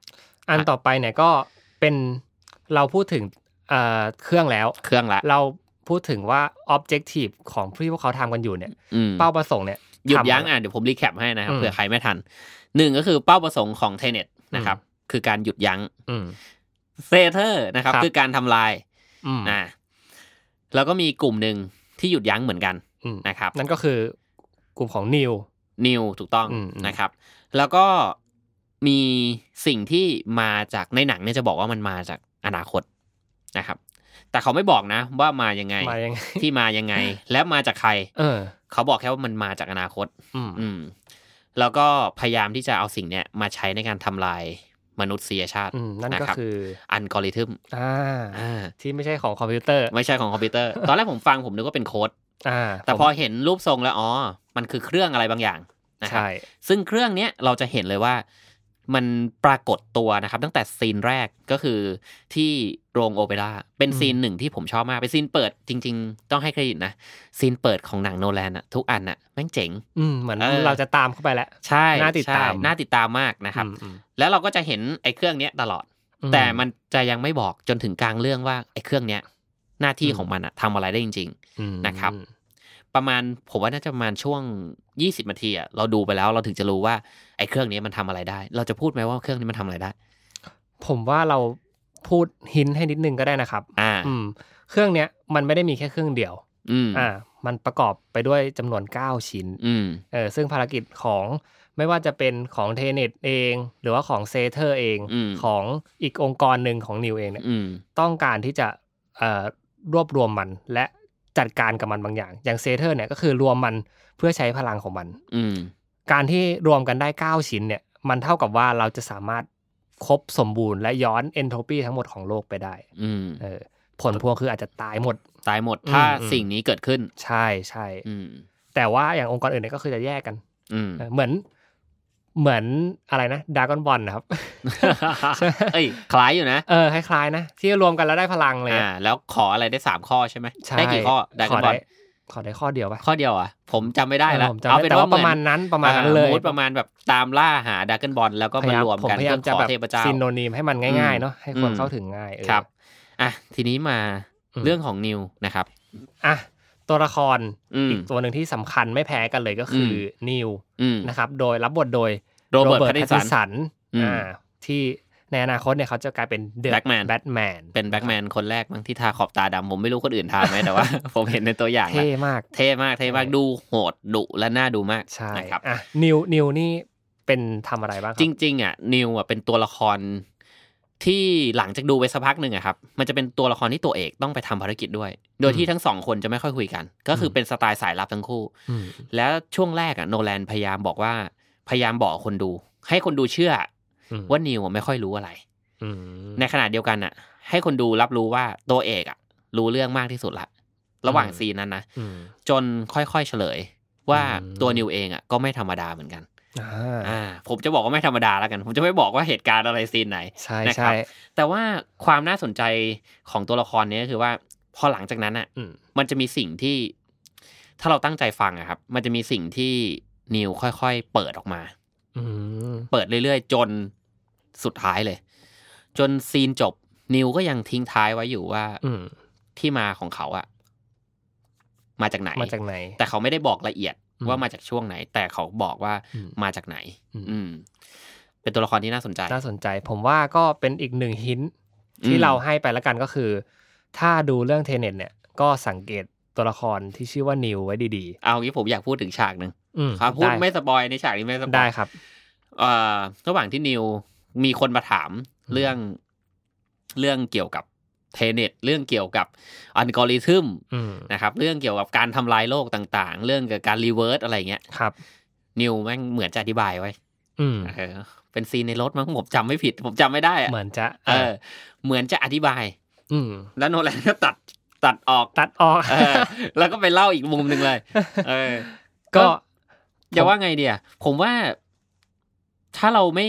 S2: อันต่อไปเนี่ยก็เป็นเราพูดถึงเอ่อเครื่องแล้ว
S1: เครื่องละ
S2: เราพูดถึงว่า objective ของที่พวกเขาทำกันอยู่เนี่ย
S1: อืม
S2: เป้าประสงค์เนี่ย
S1: หยุดยั้ง
S2: ทำ
S1: อ่ะเดี๋ยวผมรีแคปให้นะครับ
S2: อืม
S1: เผื่อใครไม่ทันหนึ่งก็คือเป้าประสงค์ของเทเน็ตนะครับ
S2: อื
S1: คือการหยุดยั้ง
S2: อืม
S1: เซเทอร์นะครับ
S2: ครับ
S1: คือการทำลาย
S2: อืม
S1: อ่าแล้วก็มีกลุ่มหนึ่งที่หยุดยั้งเหมือนกัน
S2: อืม
S1: นะครับ
S2: นั่นก็คือกลุ่มของนิว
S1: นิวถูกต้อง
S2: อืมอืม
S1: นะครับ แล้วก็มีสิ่งที่มาจากในหนังเนี่ยจะบอกว่ามันมาจากอนาคตนะครับ แต่เขาไม่บอกนะว่ามายังไง
S2: มายังไง
S1: ที่มายังไง และมาจากใคร
S2: เออ
S1: เขาบอกแค่ว่ามันมาจากอนาคต
S2: อืม
S1: อืมแล้วก็พยายามที่จะเอาสิ่งเนี้ยมาใช้ในการทำลาย มนุษยชาติ
S2: อืมนั่นก็
S1: ะรับ
S2: คือ
S1: อัลกอริทึม
S2: อ่า
S1: อ่า
S2: ที่ไม่ใช่ของคอมพิวเตอร์
S1: ไม่ใช่ของคอมพิวเตอร์ ตอนแรกผมฟังผมนึกว่าเป็นโค้ด
S2: อ่า
S1: แต่
S2: ผม
S1: พอเห็นรูปทรงแล้ว อ๋อ มันคือเครื่องอะไรบางอย่างนะครับ
S2: ใช่
S1: ซึ่งเครื่องเนี้ยเราจะเห็นเลยว่ามันปรากฏตัวนะครับ ตั้งแต่ซีนแรกก็คือที่โรงโอเปร่าเป็น
S2: อืม
S1: ซีนหนึ่งที่ผมชอบมาก เป็นซีนเปิดจริง ๆ ต้องให้เครดิตนะ ซีนเปิดของหนังโนแลนอะทุกอันอะแม่งเจ๋ง
S2: อืมเหมือน
S1: เออ
S2: เราจะตามเข้าไปแล้ว
S1: ใช่
S2: น่าติดตาม
S1: ใช่น่าติดตามมากนะครับ
S2: อืม
S1: แล้วเราก็จะเห็นไอ้เครื่องเนี้ยตลอด
S2: อื
S1: แต่มันจะยังไม่บอกจนถึงกลางเรื่องว่าไอ้เครื่องเนี้ยหน้าที่ของมันอะทำอะไรได้จริง ๆ
S2: อืม
S1: นะครับ ประมาณผมว่าน่าจะประมาณช่วง 20นาทีอะเราดูไปแล้วเราถึงจะรู้ว่าไอ้เครื่องนี้มันทำอะไรได้ เราจะพูดไหมว่าเครื่องนี้มันทำอะไรได้
S2: ผมว่าเราพูดหินให้นิดนึงก็ได้นะครับ
S1: อ่า
S2: อืม เครื่องเนี้ยมันไม่ได้มีแค่เครื่องเดียว
S1: อืม
S2: อ่า มันประกอบไปด้วยจำนวน 9 ชิ้น
S1: อืม
S2: เออซึ่งภารกิจของไม่ว่าจะเป็นของเทเน็ตเอง หรือว่าของเซเทอร์เอง
S1: อืม
S2: ของอีกองค์กรหนึ่งของนิวเองเนี่ย
S1: อืม
S2: ต้องการที่จะเอ่อรวบรวมมันและจัดการกับมันบางอย่าง อย่างเซเทอร์เนี่ยก็คือรวมมันเพื่อใช้พลังของมัน
S1: อืม
S2: การที่รวมกันได้ 9 ชิ้นเนี่ยมันเท่ากับว่าเราจะสามารถครบสมบูรณ์และย้อนเอนโทรปีทั้งหมดของโลกไปได้
S1: อืม
S2: เออผลพวงคืออาจจะตายหมด
S1: ตายหมด
S2: อืม
S1: ถ้า
S2: อืม
S1: สิ่งนี้เกิดขึ้น
S2: ใช่ใช่
S1: อืม
S2: แต่ว่าอย่างองค์กรอื่นเนี่ยก็คือจะแยกกัน
S1: อืม
S2: เออเหมือนเหมือนอะไรนะดากอนบอลนะครับ ใช่
S1: เอ้ยคล้ายอยู่นะ
S2: เออคล้ายๆนะ ที่รวมกันแล้วได้พลังเลย
S1: อ่า
S2: อะ
S1: แล้วขออะไรได้สามข้อใช่ไหม
S2: ใช่
S1: ได้กี่ข้อได้
S2: ข
S1: กันบอล
S2: ขอได้ข้อเดียวปะ
S1: ข้อเดียวอ่ะผมจำไม่ได้ละ
S2: ออผมจำไม่ได้แต่ว่า
S1: ห
S2: ป
S1: อ
S2: ระมาณนั้นประมาณนั้น
S1: อ่
S2: เลย
S1: มูดประมาณแบบตามล่าหาดักเกิลบอลแล้วก็มารวม
S2: ผม
S1: กัน
S2: พยายามจะ
S1: เพื่อขอ
S2: แบบ
S1: เทพเจ้า
S2: ซีโนนีมให้มันง่ายๆเนาะให้คน
S1: อืม
S2: เข้าถึงง่ายเออ
S1: ครับ อ่ะ ทีนี้มา
S2: อืม
S1: เรื่องของนิวนะครับ
S2: อ่ะตัวละคร
S1: อืม
S2: อีกตัวหนึ่งที่สำคัญไม่แพ้กันเลยก็คืออนิว
S1: อืม
S2: นะครับโดยรับบทโดย
S1: โรเบิร์ตแพตตินสัน
S2: สัน
S1: อืม
S2: อ่าที่ในอนาคตเนี่ยเขาจะกลายเป็นเดอะ
S1: Batman
S2: แบทแมน
S1: เป็นแบ็กแมนคนแรกมั้งที่ทาขอบตาดำผมไม่รู้คนอื่นทาไหมแต่ว่า ผมเห็นในตัวอย่างแล้ว
S2: เท่มาก
S1: เท่มากเท่มากดูโหดดุและน่าดูมาก
S2: ใช่
S1: นะครับ
S2: อ่ะนิวนิวนี่เป็นทำอะไรบ้างคบ
S1: จริง ๆ อ่ะ นิวอ่ะเป็นตัวละครที่หลังจากดูไปสักพักหนึ่งอะครับ มันจะเป็นตัวละครที่ตัวเอกต้องไปทำภารกิจด้วย โดยที่ทั้งสองคนจะไม่ค่อยคุยกัน ก็คือเป็นสไตล์สายลับทั้งคู่
S2: อืม
S1: แล้วช่วงแรกอ่ะโนแลนพยายามบอกว่าพยายามบอกคนดู ให้คนดูเชื่ออ
S2: ม
S1: ว่านิวอะไม่ค่อยรู้อะไร
S2: อืม
S1: ในขณะเดียวกันน่ะ ให้คนดูรับรู้ว่าตัวเอกอะรู้เรื่องมากที่สุดละ ระหว่าง
S2: อืม
S1: ซีนนั้นนะ
S2: อืม
S1: จนค่อยๆเฉลย ว่า
S2: อืม
S1: ตัวนิวเองอะก็ไม่ธรรมดาเหมือนกัน
S2: อ่า
S1: อ่าผมจะบอกว่าไม่ธรรมดาแล้วกัน ผมจะไม่บอกว่าเหตุการณ์อะไรซีนไหน
S2: ใช่
S1: นะครับ
S2: ใช่
S1: แต่ว่าความน่าสนใจของตัวละครเนี้ยก็คือว่าพอหลังจากนั้นอะ
S2: อืม
S1: มันจะมีสิ่งที่ ถ้าเราตั้งใจฟังอะครับ มันจะมีสิ่งที่นิวค่อยๆ เปิดออกมา
S2: อืม
S1: เปิดเรื่อยๆ จนสุดท้ายเลย จนซีนจบ นิวก็ยังทิ้งท้ายไว้อยู่ว่า
S2: อืม
S1: ที่มาของเขาอะมาจากไหน
S2: มาจากไหน
S1: แต่เขาไม่ได้บอกละเอียด
S2: อืม
S1: ว่ามาจากช่วงไหน แต่เขาบอกว่า
S2: อืม
S1: มาจากไหน
S2: อืม
S1: อืม เป็นตัวละครที่น่าสนใจ
S2: น่าสนใจ ผมว่าก็เป็นอีกหนึ่งหินที่
S1: อืม
S2: เราให้ไปแล้วกันก็คือ ถ้าดูเรื่องเทเน็ตเนี่ย ก็สังเกตตัวละครที่ชื่อว่านิวไว้ดี
S1: เอางี้ผมอยากพูดถึงฉากหนึ่ง
S2: ๆ อืม
S1: ครับพูด
S2: ด้
S1: ไม่สปอยในฉากนี้ไม่สปอย
S2: ได้ครับ
S1: เอ่อระหว่างที่นิวมีคนมาถามเรื่องเรื่องเกี่ยวกับเทเน็ตเรื่องเกี่ยวกับอัลกอริทึม
S2: อืม
S1: นะครับเรื่องเกี่ยวกับการทำลายโลกต่างๆ เรื่องเกี่ยวกับการรีเวิร์สอะไรเงี้ย
S2: ครับ
S1: นิวแม่งเหมือนจะอธิบายไว้
S2: อืม
S1: เออเป็นซีนในรถมั้งผมจำไม่ผิด ผมจำไม่ได้อะ
S2: เหมือนจะ
S1: เออ เหมือนจะอธิบาย
S2: อืม
S1: แล้วโนแลนก็ตัดตัดออก
S2: ตัดออก
S1: เออแล้วก็ไปเล่าอีกมุมหนึ่งเลยเออ
S2: ก็
S1: จะว่าไงเดียผมว่าถ้าเราไม่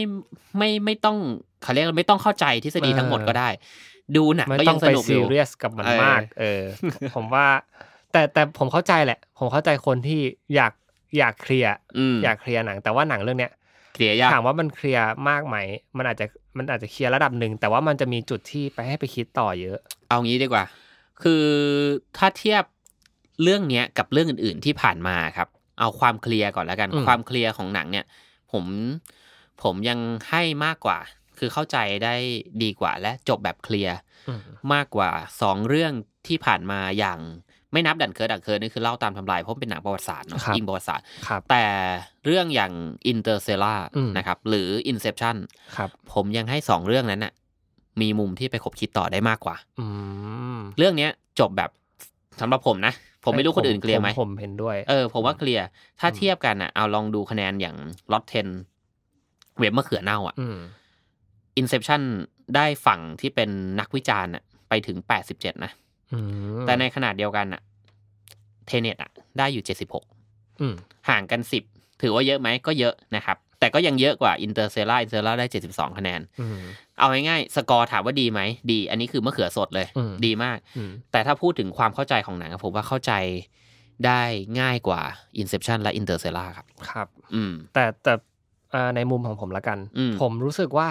S1: ไม่ไม่ต้องเขาเรียกว่าไม่ต้องเข้าใจทฤษฎีทั้งหมดก็ได้ ดูหนัง
S2: ไม่
S1: ก็
S2: ต้
S1: ยั
S2: อง
S1: งส
S2: ไป
S1: นุกอ
S2: ซี
S1: ยู่
S2: เรียสกับมัน
S1: เออ
S2: มาก เออ ผมว่า แต่แต่ผมเข้าใจแหละ ผมเข้าใจคนที่อยากอยากเคลียร์
S1: อืม
S2: อยากเคลียร์หนัง แต่ว่าหนังเรื่องเนี้ย
S1: เคลียร์ยาก
S2: ถามว่ามันเคลียร์มากไหม มันอาจจะมันอาจจะเคลียร์ระดับหนึ่ง แต่ว่ามันจะมีจุดที่ไปให้ไปคิดต่อเยอะ
S1: เอางี้ดีกว่า คือถ้าเทียบเรื่องเนี้ยกับเรื่องอื่น ๆที่ผ่านมาครับ เอาความเคลียร์ก่อนแล้วกัน
S2: อืม
S1: ความเคลียร์ของหนังเนี่ย ผมผมยังให้มากกว่า คือเข้าใจได้ดีกว่า และจบแบบเคลียร์มากกว่าสองเรื่องที่ผ่านมาอย่างไม่นับดันเคิร์ดดันเคิร์ดนี่คือเล่าตามทำลายเพราะมันเป็นหนังประวัติศาสตร์เนอะ
S2: ครับ
S1: อิงประวัติศาสตร์
S2: ครับ
S1: แต่เรื่องอย่าง Interstellar
S2: อืม
S1: นะครับ หรือ Inception
S2: ครับ
S1: ผมยังให้สองเรื่องนั้นน่ะมีมุมที่ไปขบคิดต่อได้มากกว่า
S2: อืม
S1: เรื่องเนี้ยจบแบบสำหรับผมนะ ผมไม่รู้คนอื่นเคลียร์ไหม
S2: ผมเห็นด้วย
S1: เออผมว่าเคลียร์ถ้าเทียบกันอ่ะเอาลองดูคะแนนอย่างล็อตเทนเว็บมะเขือเน่าอ่ะ
S2: อืม
S1: Inception ได้ฝั่งที่เป็นนักวิจารณ์น่ะไปถึง 87 นะ
S2: อืม
S1: แต่ในขนาดเดียวกันอะเทเนตอะได้อยู่ 76
S2: อืม
S1: ห่างกัน 10 ถือว่าเยอะไหมก็เยอะนะครับ แต่ก็ยังเยอะกว่า Interstellar Interstellar ได้ 72 คะแนน
S2: อืม
S1: เอาง่ายๆสกอร์ถามว่าดีไหม ดี อันนี้คือมะเขือสดเลย
S2: อืม
S1: ดีมาก
S2: อืม
S1: แต่ถ้าพูดถึงความเข้าใจของหนังอะผมว่าเข้าใจได้ง่ายกว่า Inception และ Interstellar ครับ
S2: ครับ
S1: อืม
S2: แต่แต่เอ่อในมุมของผมละกัน
S1: อืม
S2: ผมรู้สึกว่า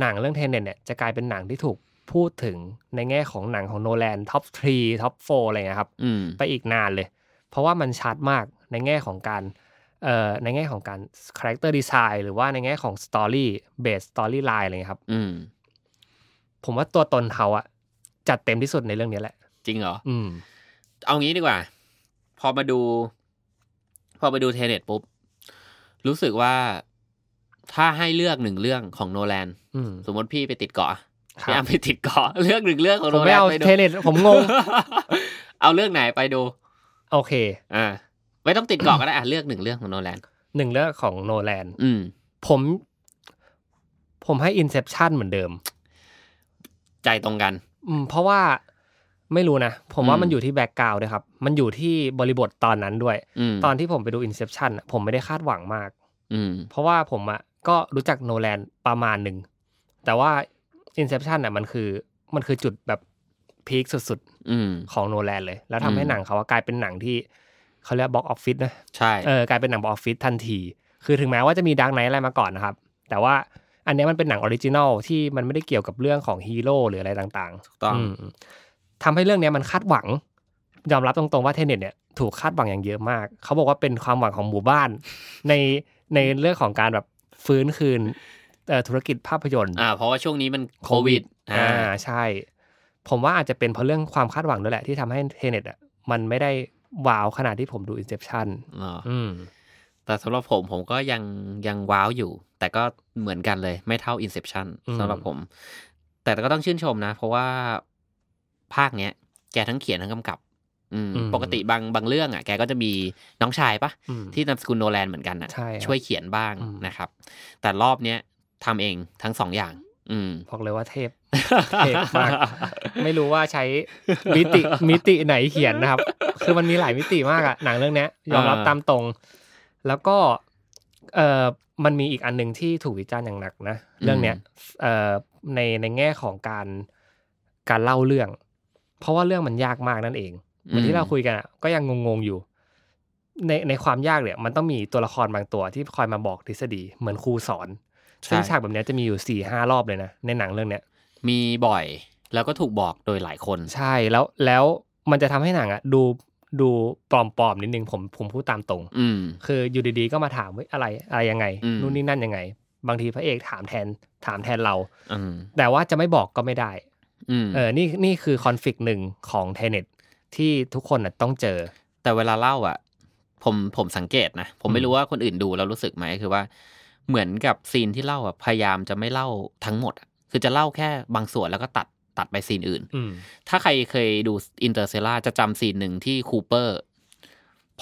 S2: หนังเรื่องเทนเน t เนี่ยจะกลายเป็นหนังที่ถูกพูดถึงในแง่ของหนังของโนแลนท็อปทรีท็อปโฟอะไรเงี้ยครับ
S1: อืม
S2: ไปอีกนานเลย เพราะว่ามันชัดมากในแง่ของการเอ่อในแง่ของการคาแรคเตอร์ดีไซน์หรือว่าในแง่ของสตอรี่เบสสตอรี่ไลน์อะไรเงี้ยครับ
S1: อืม
S2: ผมว่าตัวตนเขาอะจัดเต็มที่สุดในเรื่องนี้แหละ
S1: จริงเหรอ
S2: อืม
S1: เอางี้ดีกว่า พอมาดู พอมาดูเทเนตปุ๊บ รู้สึกว่าถ้าให้เลือกหนึ่งเรื่องของโนแลน
S2: อืม
S1: สมมติพี่ไปติดเกาะ
S2: ค
S1: พี่
S2: รั
S1: อ้ํ
S2: บ
S1: ไปติดเกาะ เลือกหนึ่งเรื่องของ
S2: ผ
S1: โน
S2: ม
S1: แล
S2: ไม่
S1: น
S2: เอา
S1: ไปดู
S2: เทเล ผมงง
S1: เอาเรื่องไหนไปดู
S2: โอเค
S1: อ่าไม่ต้องติดเกาะก็ได้อ่ะเลือกหนึ่งเรื่องของโนแลน
S2: หนึ่งเรื่องของโนแลน
S1: อืม
S2: ผมผมให้ Inception เหมือนเดิม
S1: ใจตรงกัน
S2: อืมเพราะว่าไม่รู้นะ ผมว่า
S1: อืม
S2: มันอยู่ที่แบ็กกราวด์ด้วยครับ มันอยู่ที่บริบทตอนนั้นด้วย
S1: อืม
S2: ตอนที่ผมไปดู Inception อะผมไม่ได้คาดหวังมาก
S1: อืม
S2: เพราะว่าผมอะก็รู้จักโนแลนประมาณหนึ่ง แต่ว่า Inception อะมันคือมันคือจุดแบบพีคสุด
S1: อืม
S2: ๆ ของโนแลนเลย แล้วทำ
S1: อื
S2: ให้
S1: ม
S2: หนังเขาอะกลายเป็นหนังที่เขาเรียกบ็อกออฟฟิศนะ
S1: ใช่
S2: เออกลายเป็นหนังบ็อกออฟฟิศทันที คือถึงแม้ว่าจะมีดังไนอะไรมาก่อนนะครับ แต่ว่าอันเนี้ยมันเป็นหนังออริจินอลที่มันไม่ได้เกี่ยวกับเรื่องของฮีโร่หรืออะไรต่างๆ
S1: ถูกต้อง
S2: อืมทำให้เรื่องเนี้ยมันคาดหวัง ยอมรับตรงๆว่าเทเน็ตเนี่ยถูกคาดหวังอย่างเยอะมาก เขาบอกว่าเป็นความหวังของหมู่บ้าน ในในเรื่องของการแบบฟื้นคืนเอ่อธุรกิจภาพยนตร์
S1: อ่า เพราะว่าช่วงนี้มันโควิด อ่า
S2: อ่าใช่ ผมว่าอาจจะเป็นเพราะเรื่องความคาดหวังด้วยแหละที่ทำให้เทเน็ตอ่ะมันไม่ได้ว้าวขนาดที่ผมดู Inception
S1: เนอะ
S2: อืม
S1: แต่สำหรับผมผมก็ยังยังว้าวอยู่ แต่ก็เหมือนกันเลยไม่เท่า Inception
S2: อืม
S1: สำหรับผม แต่ก็ต้องชื่นชมนะ เพราะว่าภาคเนี้ย แกทั้งเขียนทั้งกำกับ อืม ปกติบางบางเรื่องอ่ะ แกก็จะมีน้องชายปะ
S2: อืม
S1: ที่นามสกุลโนแลนเหมือนกันอ่ะ
S2: ใช่ครับ
S1: ช่วยเขียนบ้าง
S2: อืม
S1: นะครับ แต่รอบเนี้ยทำเองทั้งสองอย่าง อืม
S2: บอกเลยว่าเทพ เทพมาก ไม่รู้ว่าใช้มิติมิติไหนเขียนนะครับ คือมันมีหลายมิติมากอะหนังเรื่องเนี้ยยอมรับ
S1: อ่า
S2: ตามตรง แล้วก็เออมันมีอีกอันหนึ่งที่ถูกวิจารณ์อย่างหนักนะ เรื่องเนี้ยเออในในแง่ของการการเล่าเรื่อง เพราะว่าเรื่องมันยากมากนั่นเอง เหมือนที่เราคุยกันอะก็ยังงงๆอยู่ ในในความยากเนี่ย มันต้องมีตัวละครบางตัวที่คอยมาบอกทฤษฎีเหมือนครูสอน
S1: ใช่
S2: ซึ่งฉากแบบเนี้ยจะมีอยู่สี่ห้ารอบเลยนะในหนังเรื่องเนี้ย
S1: มีบ่อยแล้วก็ถูกบอกโดยหลายคน
S2: ใช่แล้วแล้วมันจะทำให้หนังอะดูดูปลอมๆนิดนึงผมผมพูดตามตรง
S1: อืม
S2: คืออยู่ดีๆก็มาถามว่าอะไรอะไรยังไง
S1: อืม
S2: นู่นนี่นั่นยังไง บางทีพระเอกถามแทนถามแทนเรา
S1: อืม
S2: แต่ว่าจะไม่บอกก็ไม่ได้
S1: อืม
S2: เออนี่นี่คือคอนฟ lict หนึ่งของเทเน็ตที่ทุกคนน่ะต้องเจอ
S1: แต่เวลาเล่าอ่ะ ผมผมสังเกตนะ ผมไม่
S2: อืม
S1: รู้ว่าคนอื่นดูแล้วรู้สึกไหมคือว่า เหมือนกับซีนที่เล่าอ่ะพยายามจะไม่เล่าทั้งหมดอะคือจะเล่าแค่บางส่วนแล้วก็ตัดตัดไปซีนอื่น
S2: อืม
S1: ถ้าใครเคยดูอินเตอร์เซล่าจะจำซีนหนึ่งที่คูเปอร์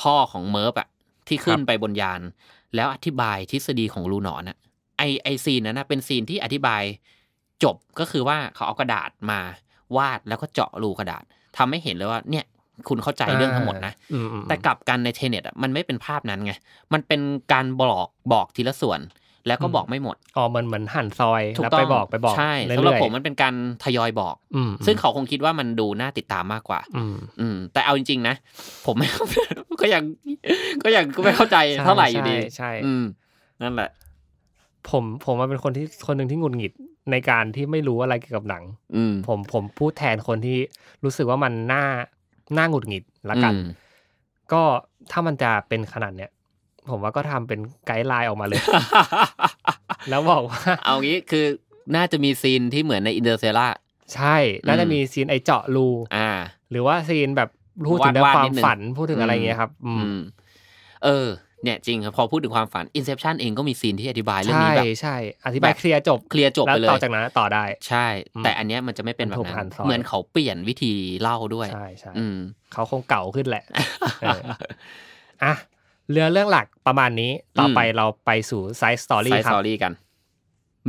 S1: พ่อของเมิร์ฟอ่ะ ที่ขึ้น
S2: ครับ
S1: ไปบนยาน แล้วอธิบายทฤษฎีของลูหนอนอ่ะไอไอซีนนั้นนะเป็นซีนที่อธิบายจบก็คือว่าเขาเอากระดาษมาวาดแล้วก็เจาะรูกระดาษทำให้เห็นเลยว่าเนี่ย คุณเข้าใจเรื่องทั้งหมดนะ
S2: อืมอืมอืม
S1: แต่กลับกันในเทเน็ตอ่ะมันไม่เป็นภาพนั้นไง มันเป็นการบอกบอกทีละส่วน แล้วก็บอกไม่หมด
S2: อ๋อมันเหมือนหั่นซอย
S1: ถู
S2: แล้ว
S1: กต้อง
S2: ไปบอกไปบอก
S1: ใช่
S2: เอยๆ
S1: สำหรับผมมันเป็นการทยอยบอก
S2: อืมอืม
S1: ซึ่งเขาคงคิดว่ามันดูน่าติดตามมากกว่า
S2: อืม
S1: อืม แต่เอาจริง ๆ นะ ผม ไม่ ก็ยังก็ยังไม่เข้าใจ
S2: ใช่
S1: เท่าไหร่อยู่ดี
S2: ใช่ใช่
S1: อืม นั่นแหละ
S2: ผมผมว่าเป็นคนที่คนหนึ่งที่หงุดหงิดในการที่ไม่รู้อะไรเกี่ยวกับหนัง
S1: อืม
S2: ผมผมพูดแทนคนที่รู้สึกว่ามันน่าน่าหงุดหงิดละกัน
S1: อืม
S2: ก็ถ้ามันจะเป็นขนาดเนี้ยผมว่าก็ทำเป็นไกด์ไลน์ออก มาเลย แล้วบอกว่า
S1: เอางี้คือน่าจะมีซีนที่เหมือนในอินเตอร์เซล่า
S2: ใช่น่าจะ
S1: อืม
S2: มีซีนไอเจาะรู
S1: อ่า
S2: หรือว่าซีนแบบพูดถึงเรื่อ
S1: วาดๆ
S2: งควา
S1: นิ
S2: ม
S1: ดนึง
S2: ฝันพูดถึงอะไร
S1: อืม
S2: เงี้ยครับอืม
S1: อืม เออ เนี่ยจริงครับ พอพูดถึงความฝัน Inception เองก็มีซีนที่อธิบายเรื่อง
S2: ใช่
S1: นี้แบบ
S2: ใช่อธิบาย
S1: แบบ
S2: เคลียร์จบ
S1: เคลียร์จบ
S2: แล้ว
S1: ไปเล
S2: ต่อย จากนั้นต่อได้
S1: ใช่
S2: อืม
S1: แต่อันเนี้ยมันจะไม่เป็นแบบ
S2: มันถูก
S1: นั้
S2: หั่
S1: น
S2: นซอย
S1: เหมือนเขาเปลี่ยนวิธีเล่าด้วย
S2: ใช่ใช่
S1: อืม
S2: เขาคงเก่าขึ้น แหละเอออ่ะเรือเรื่องหลักประมาณนี้ต่ออ
S1: ม
S2: ไปเราไปสู่ไซส์สตอรี่
S1: ไซ
S2: ครั
S1: ส
S2: บ
S1: อรี่กัน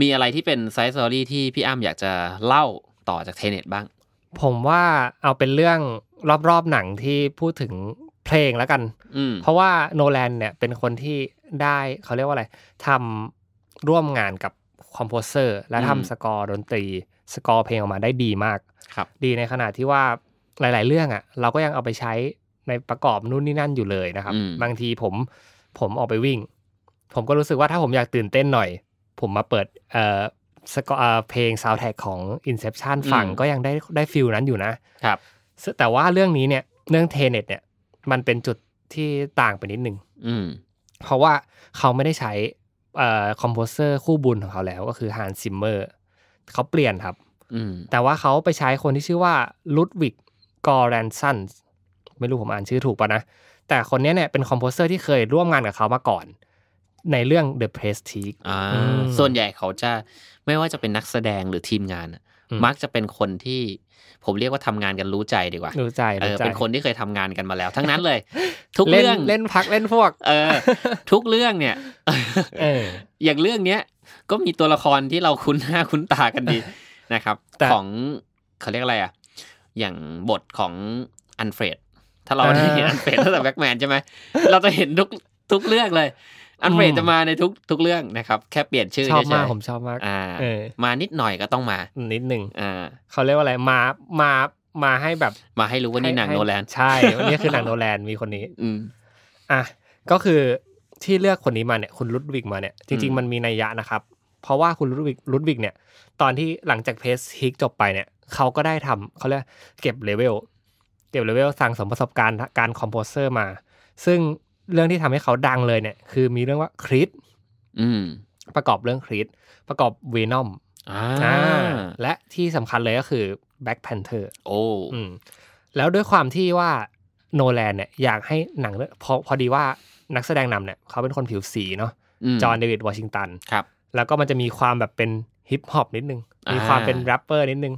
S1: มีอะไรที่เป็นไซส์สตอรี่ที่พี่อ้ำอยากจะเล่าต่อจากเทเน็ตบ้าง
S2: ผมว่าเอาเป็นเรื่องรอบๆหนังที่พูดถึงเพลงแล้วกัน
S1: อืม
S2: เพราะว่าโนแลนเนี่ยเป็นคนที่ได้เขาเรียกว่าอะไรทำร่วมงานกับคอมโพเซอร์และทำสกอร์ดนตรี สกอร์เพลงออกมาได้ดีมาก
S1: ครับ
S2: ดีในขณะที่ว่าหลาย ๆ เรื่องอะ่ะ เราก็ยังเอาไปใช้ในประกอบนู่นนี่นั่นอยู่เลยนะครับ
S1: อืม
S2: บางทีผมผมออกไปวิ่ง ผมก็รู้สึกว่าถ้าผมอยากตื่นเต้นหน่อย ผมมาเปิดเอ่อสกอเอ่อเพลงซาวแท็กของ Inception ฟังก็ยังได้ได้ฟิลนั้นอยู่นะ
S1: ครับ
S2: ซึ่งแต่ว่าเรื่องนี้เนี่ยเรื่องเทเน็ตเนี่ยมันเป็นจุดที่ต่างไปนิดนึง
S1: อืม
S2: เพราะว่าเขาไม่ได้ใช้คอมโพเซอร์คู่บุญของเขาแล้วก็คือฮันซิมเมอร์เขาเปลี่ยนครับ
S1: อืม
S2: แต่ว่าเขาไปใช้คนที่ชื่อว่าลุดวิกกอแรนซันไม่รู้ผมอ่านชื่อถูกปะนะ แต่คนเนี้ยเนี่ยเป็นคอมโพเซอร์ที่เคยร่วมงานกับเขามาก่อน ในเรื่อง The Prestige
S1: อ่า
S2: อืม
S1: ส่วนใหญ่เขาจะไม่ว่าจะเป็นนักแสดงหรือทีมงานน่ะ
S2: อืม
S1: มักจะเป็นคนที่ผมเรียกว่าทำงานกันรู้ใจดีกว่า
S2: รู้ใจ
S1: เอ
S2: รู้
S1: อ
S2: ใจ
S1: เป็นคนที่เคยทำงานกันมาแล้ว ทั้ง นั้นเลย ทุก
S2: เล่น
S1: เรื่อง
S2: เล่นพักเล่นพวก
S1: เออ ทุกเรื่องเนี่ย
S2: เออ
S1: อย่างเรื่องเนี้ยก็มีตัวละครที่เราคุ้นหน้าคุ้นตากันดี นะครับ
S2: แต่
S1: ของเขาเรียกอะไรอ่ะ อย่างบทของอันเฟรดถ้าเราได้เห็น
S2: อ่า
S1: อันเฟรดตั้งแต่แบ็กแมนใช่ไหมเราจะเห็นทุกทุกเรื่องเลย อันเฟรด
S2: อืม
S1: จะมาในทุกทุกเรื่องนะครับ แค่เปลี่ยนชื่อ
S2: ชอบ
S1: เฉ
S2: มาก
S1: ย
S2: ผมชอบมาก
S1: ๆอ่า
S2: เออ
S1: มานิดหน่อยก็ต้องมา
S2: นิดหนึ่ง
S1: อ่า
S2: เขาเรียกว่าอะไรมามามาให้แบบ
S1: มาให้รู้ว่านี่หนัง
S2: ให้
S1: โนแลน
S2: ใช่วันนี้คือหนังโนแล นมีคนนี้
S1: อืม
S2: อ่ะก็คือที่เลือกคนนี้มาเนี่ยคุณลุดวิกมาเนี่ยจริง
S1: อืม
S2: ๆมันมีนัยยะนะครับ เพราะว่าคุณลุดวิกลุดวิกเนี่ยตอนที่หลังจากเพสฮิกจบไปเนี่ยเขาก็ได้ทำเขาเรียกเก็บเลเวลเก็บเลเวลสั่งสมประสบการณ์การคอมโพเซอร์มา ซึ่งเรื่องที่ทำให้เขาดังเลยเนี่ยคือมีเรื่องว่าคริส
S1: อืม
S2: ประกอบเรื่องคริสประกอบเวนอม
S1: อ่า
S2: และที่สำคัญเลยก็คือแบ็คแพนเทอร์
S1: โอ้
S2: อืมแล้วด้วยความที่ว่าโนแลนเนี่ยอยากให้หนังเรื่องพอพอดีว่านักแสดงนำเนี่ยเขาเป็นคนผิวสีเนาะ
S1: ม
S2: จอห์นเดวิดวอชิงตัน
S1: ครับ
S2: แล้วก็มันจะมีความแบบเป็นฮิปฮอปนิดนึง
S1: อ่ามี
S2: มีความเป็นแรปเปอร์นิดนึง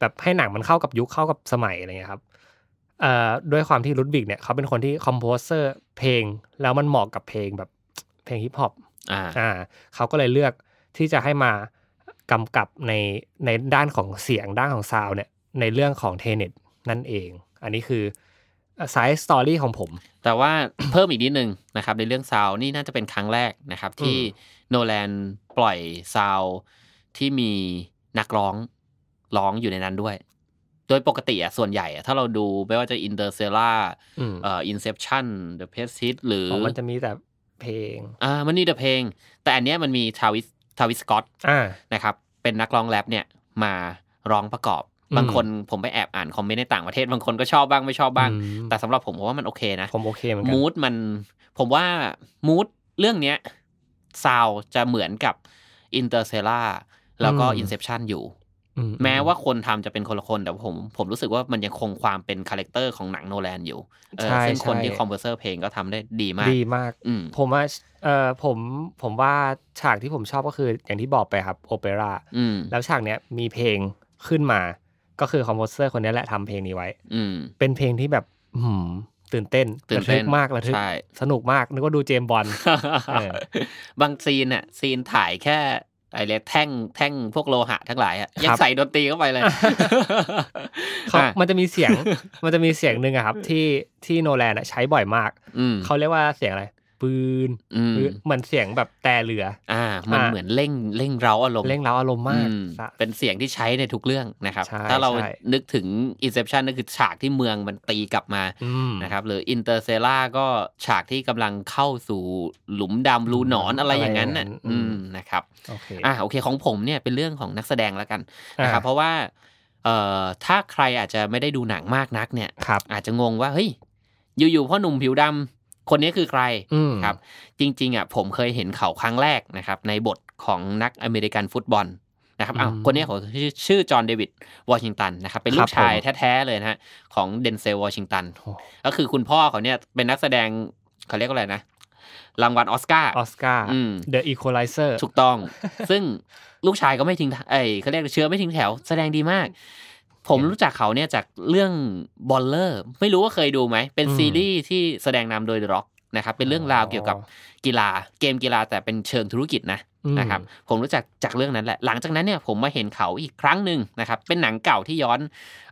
S2: แบบให้หนังมันเข้ากับยุคเข้ากับสมัยอะไรเงี้ยครับเอ่อด้วยความที่ลุดวิกเนี่ยเขาเป็นคนที่คอมโพเซอร์เพลง แล้วมันเหมาะกับเพลงแบบเพลงฮิปฮอป
S1: อ่า
S2: อ่าเขาก็เลยเลือกที่จะให้มากำกับในในด้านของเสียงด้านของซาวด์เนี่ยในเรื่องของเทเน็ตนั่นเอง อันนี้คือไซส์สตอรี่ของผม
S1: แต่ว่า เพิ่มอีกนิดนึงนะครับ ในเรื่องซาวนี่น่าจะเป็นครั้งแรกนะครับ ที่โนแลนปล่อยซาวที่มีนักร้องร้องอยู่ในนั้นด้วย โดยปกติอะส่วนใหญ่อะถ้าเราดูไม่ว่าจะอินเตอร์เซล่า
S2: อืม
S1: เอ่ออินเซปชันเดอะเพสซิตหรือ
S2: อมันจะมีแต่เพลง
S1: อ่ามันนี่แต่เพลง แต่อันเนี้ยมันมีทาวิสทาวิสกอต
S2: อ่า
S1: นะครับเป็นนักร้องแรปเนี่ยมาร้องประกอบ
S2: อืม
S1: บางคนผมไปแอบอ่านคอมเมนต์ในต่างประเทศ บางคนก็ชอบบ้างไม่ชอบบ้าง
S2: อืม
S1: แต่สำหรับผมผมว่ามันโอเคนะ
S2: ผมโอเคเหมือนกัน
S1: มูดมันผมว่ามูดเรื่องเนี้ยซาวจะเหมือนกับอินเตอร์เซล่าแล้วก็
S2: อืม
S1: อินเซ t ชันอยู่
S2: อื
S1: แม้ว่าคนทำจะเป็นคนละคน แต่ผมผมรู้สึกว่ามันยังคงความเป็นคาแรคเตอร์ของหนังโนแลนอยู่เออ
S2: ใช่
S1: ซึ่งคนที่
S2: ใช่
S1: คอมโพเซอร์เพลงก็ทำได้ดีมาก
S2: ดีมาก
S1: อืม
S2: ผมว่าเอ่อผมผมว่าฉากที่ผมชอบก็คืออย่างที่บอกไปครับโอเปร่า
S1: อืม
S2: แล้วฉากเนี้ยมีเพลงขึ้นมาก็คือคอมโพเซอร์คนนี้แหละทำเพลงนี้ไว้
S1: อืม
S2: เป็นเพลงที่แบบอื้อหือตื่นเต้น
S1: ตื่น
S2: ระ
S1: เต้
S2: ทึ
S1: น
S2: กมากระทึก
S1: ใช่
S2: สนุกมากนึกว่าดูเจมส์บอล เออ
S1: บางซีนอะซีนถ่ายแค่ไอ้เรียกแท่งแท่งพวกโลหะทั้งหลายอะยังใส่ดนตรีเข้าไปเลย
S2: เขา
S1: อ่ะ
S2: มันจะมีเสียง มันจะมีเสียงหนึ่งอะครับ ที่ที่โนแลนอะใช้บ่อยมาก
S1: อืม
S2: เขาเรียกว่าเสียงอะไร ปืน
S1: อืม
S2: ปืนเหมือนเสียงแบบแต่เรือ
S1: อ่า มัน
S2: อ่า
S1: เหมือนเร่งเร่งเร้าอารมณ์
S2: เร่งเร้าอารมณ์มาก
S1: อืม
S2: สะ
S1: เป็นเสียงที่ใช้ในทุกเรื่องนะครับ
S2: ใช่
S1: ถ้าเรา
S2: ใช่
S1: นึกถึง Inception นั่นคือฉากที่เมืองมันตีกลับมา
S2: อืม
S1: นะครับ หรือ Interstellar ก็ฉากที่กำลังเข้าสู่หลุมดำรูหนอนอะไรอย่างนั้นน่ะ
S2: อะไรอย่างนั้นอื
S1: อื
S2: ม
S1: มนะครับ
S2: โอเค
S1: อ่ะโอเคของผมเนี่ยเป็นเรื่องของนักแสดงแล้วกัน
S2: อ่ะ
S1: นะครับเพราะว่าเอ่อถ้าใครอาจจะไม่ได้ดูหนังมากนักเนี่ย
S2: ครับ
S1: อาจจะงงว่าเฮ้ยอยู่ๆพ่อหนุ่มผิวดำคนนี้คือใคร
S2: อืม
S1: ครับ จริงๆอ่ะผมเคยเห็นเขาครั้งแรกนะครับในบทของนักอเมริกันฟุตบอลนะครับอ้าว
S2: อืม
S1: คนนี้เขาชื่อชื่อจอห์นเดวิดวอชิงตันนะครับเป็นลู
S2: ครับ
S1: กชาย
S2: ผม
S1: แท้ๆเลยนะฮะของเดนเซลวอชิงตัน
S2: โอ้
S1: ก็คือคุณพ่อเขาเนี่ยเป็นนักแสดงเขาเรียกว่าอะไรนะรางวัลออสการ์
S2: ออสการ์
S1: อืม
S2: The Equalizer
S1: ถูกต้อง ซึ่งลูกชายก็ไม่ทิ้งไอ้ยเขาเรียกเชื้อไม่ทิ้งแถว แสดงดีมาก ผมรู้จักเขาเนี่ยจากเรื่องบอลเลอร์ไม่รู้ว่าเคยดูไหม เป็น
S2: อืม
S1: ซีรีส์ที่แสดงนำโดยร็อกนะครับ เป็นเรื่องราวเกี่ยวกับกีฬาเกมกีฬาแต่เป็นเชิงธุรกิจนะ
S2: อืม
S1: นะครับผมรู้จักจากเรื่องนั้นแหละ หลังจากนั้นเนี่ยผมมาเห็นเขาอีกครั้งหนึ่งนะครับ เป็นหนังเก่าที่ย้อน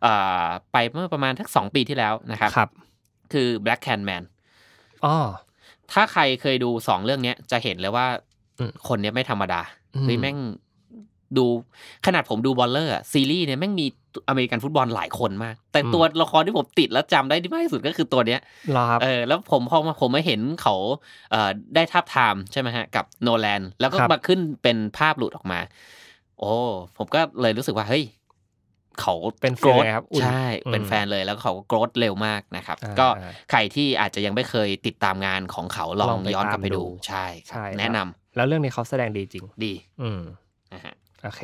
S1: เออไปเมื่อประมาณทักสองปีที่แล้วนะครับ
S2: ครับ
S1: คือ Black Can Man
S2: อ๋อ
S1: ถ้าใครเคยดูสองเรื่องเนี้ยจะเห็นเลยว่า
S2: อืม
S1: คนเนี้ยไม่ธรรมดา
S2: อืม
S1: เฮ้ยแม่งดูขนาดผมดูบอลเลอร์อะซีรีส์เนี่ยแม่งมีอเมริกันฟุตบอลหลายคนมาก แต่ตัวละครที่ผมติดแล้วจำได้ที่มากที่สุดก็คือตัวเนี้ย
S2: เหรอครับ
S1: เออแล้วผมพอมาผมมาเห็นเขาเอ่อได้ทับทามใช่ไหมฮะ กับโนแลนแล้วก็
S2: ครับ
S1: มาขึ้นเป็นภาพหลุดออกมา โอ้ผมก็เลยรู้สึกว่า เฮ้ย เขา
S2: เป็น
S1: โก
S2: ฟี
S1: ร
S2: ล
S1: ธ
S2: ไงครับอุ่น
S1: ใช่ เป็น
S2: อืม
S1: แฟนเลยแล้วก็เขาก็โกรธเร็วมากนะครับ
S2: อ่า
S1: ก็
S2: อ่า
S1: ใครที่อาจจะยังไม่เคยติดตามงานของเขาลอ
S2: ลอง
S1: ง
S2: ไป
S1: ย้อนกลับไป
S2: ตามดู
S1: ดูใช่ค
S2: ใช่
S1: รับ
S2: ครับ
S1: แนะนำ
S2: แล้วเรื่องนี้เขาแสดงดีจริง
S1: ดี
S2: อืม
S1: นะฮะ
S2: โอเค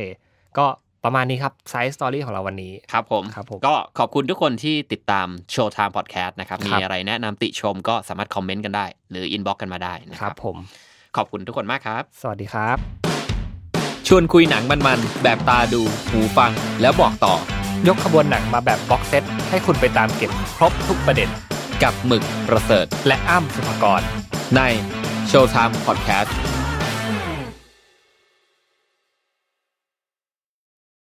S2: ก็ประมาณนี้ครับไซส์สตอรี่ของเราวันนี้
S1: ครับผม
S2: ครับผม
S1: ก็ขอบคุณทุกคนที่ติดตามโชว์ไทม์พอดแคสต์นะครับ มี
S2: ครับ
S1: อะไรแนะนำติชมก็สามารถคอมเมนต์กันได้ หรืออินบ็อกกันมาได้นะ
S2: ค
S1: ค
S2: รั
S1: รั
S2: บบ ผม
S1: ขอบคุณทุกคนมากครับ
S2: สวัสดีครับ
S1: ชวนคุยหนังมันๆ แบบตาดู หูฟัง แล้วบอกต่อย
S2: กขบวนหนังมาแบบบ็อกเซตให้คุณไปตามเก็บครบทุกประเด็น
S1: กับหมึกประเสริฐ
S2: และอ้ำสุภกร
S1: ใน Showtime Podcast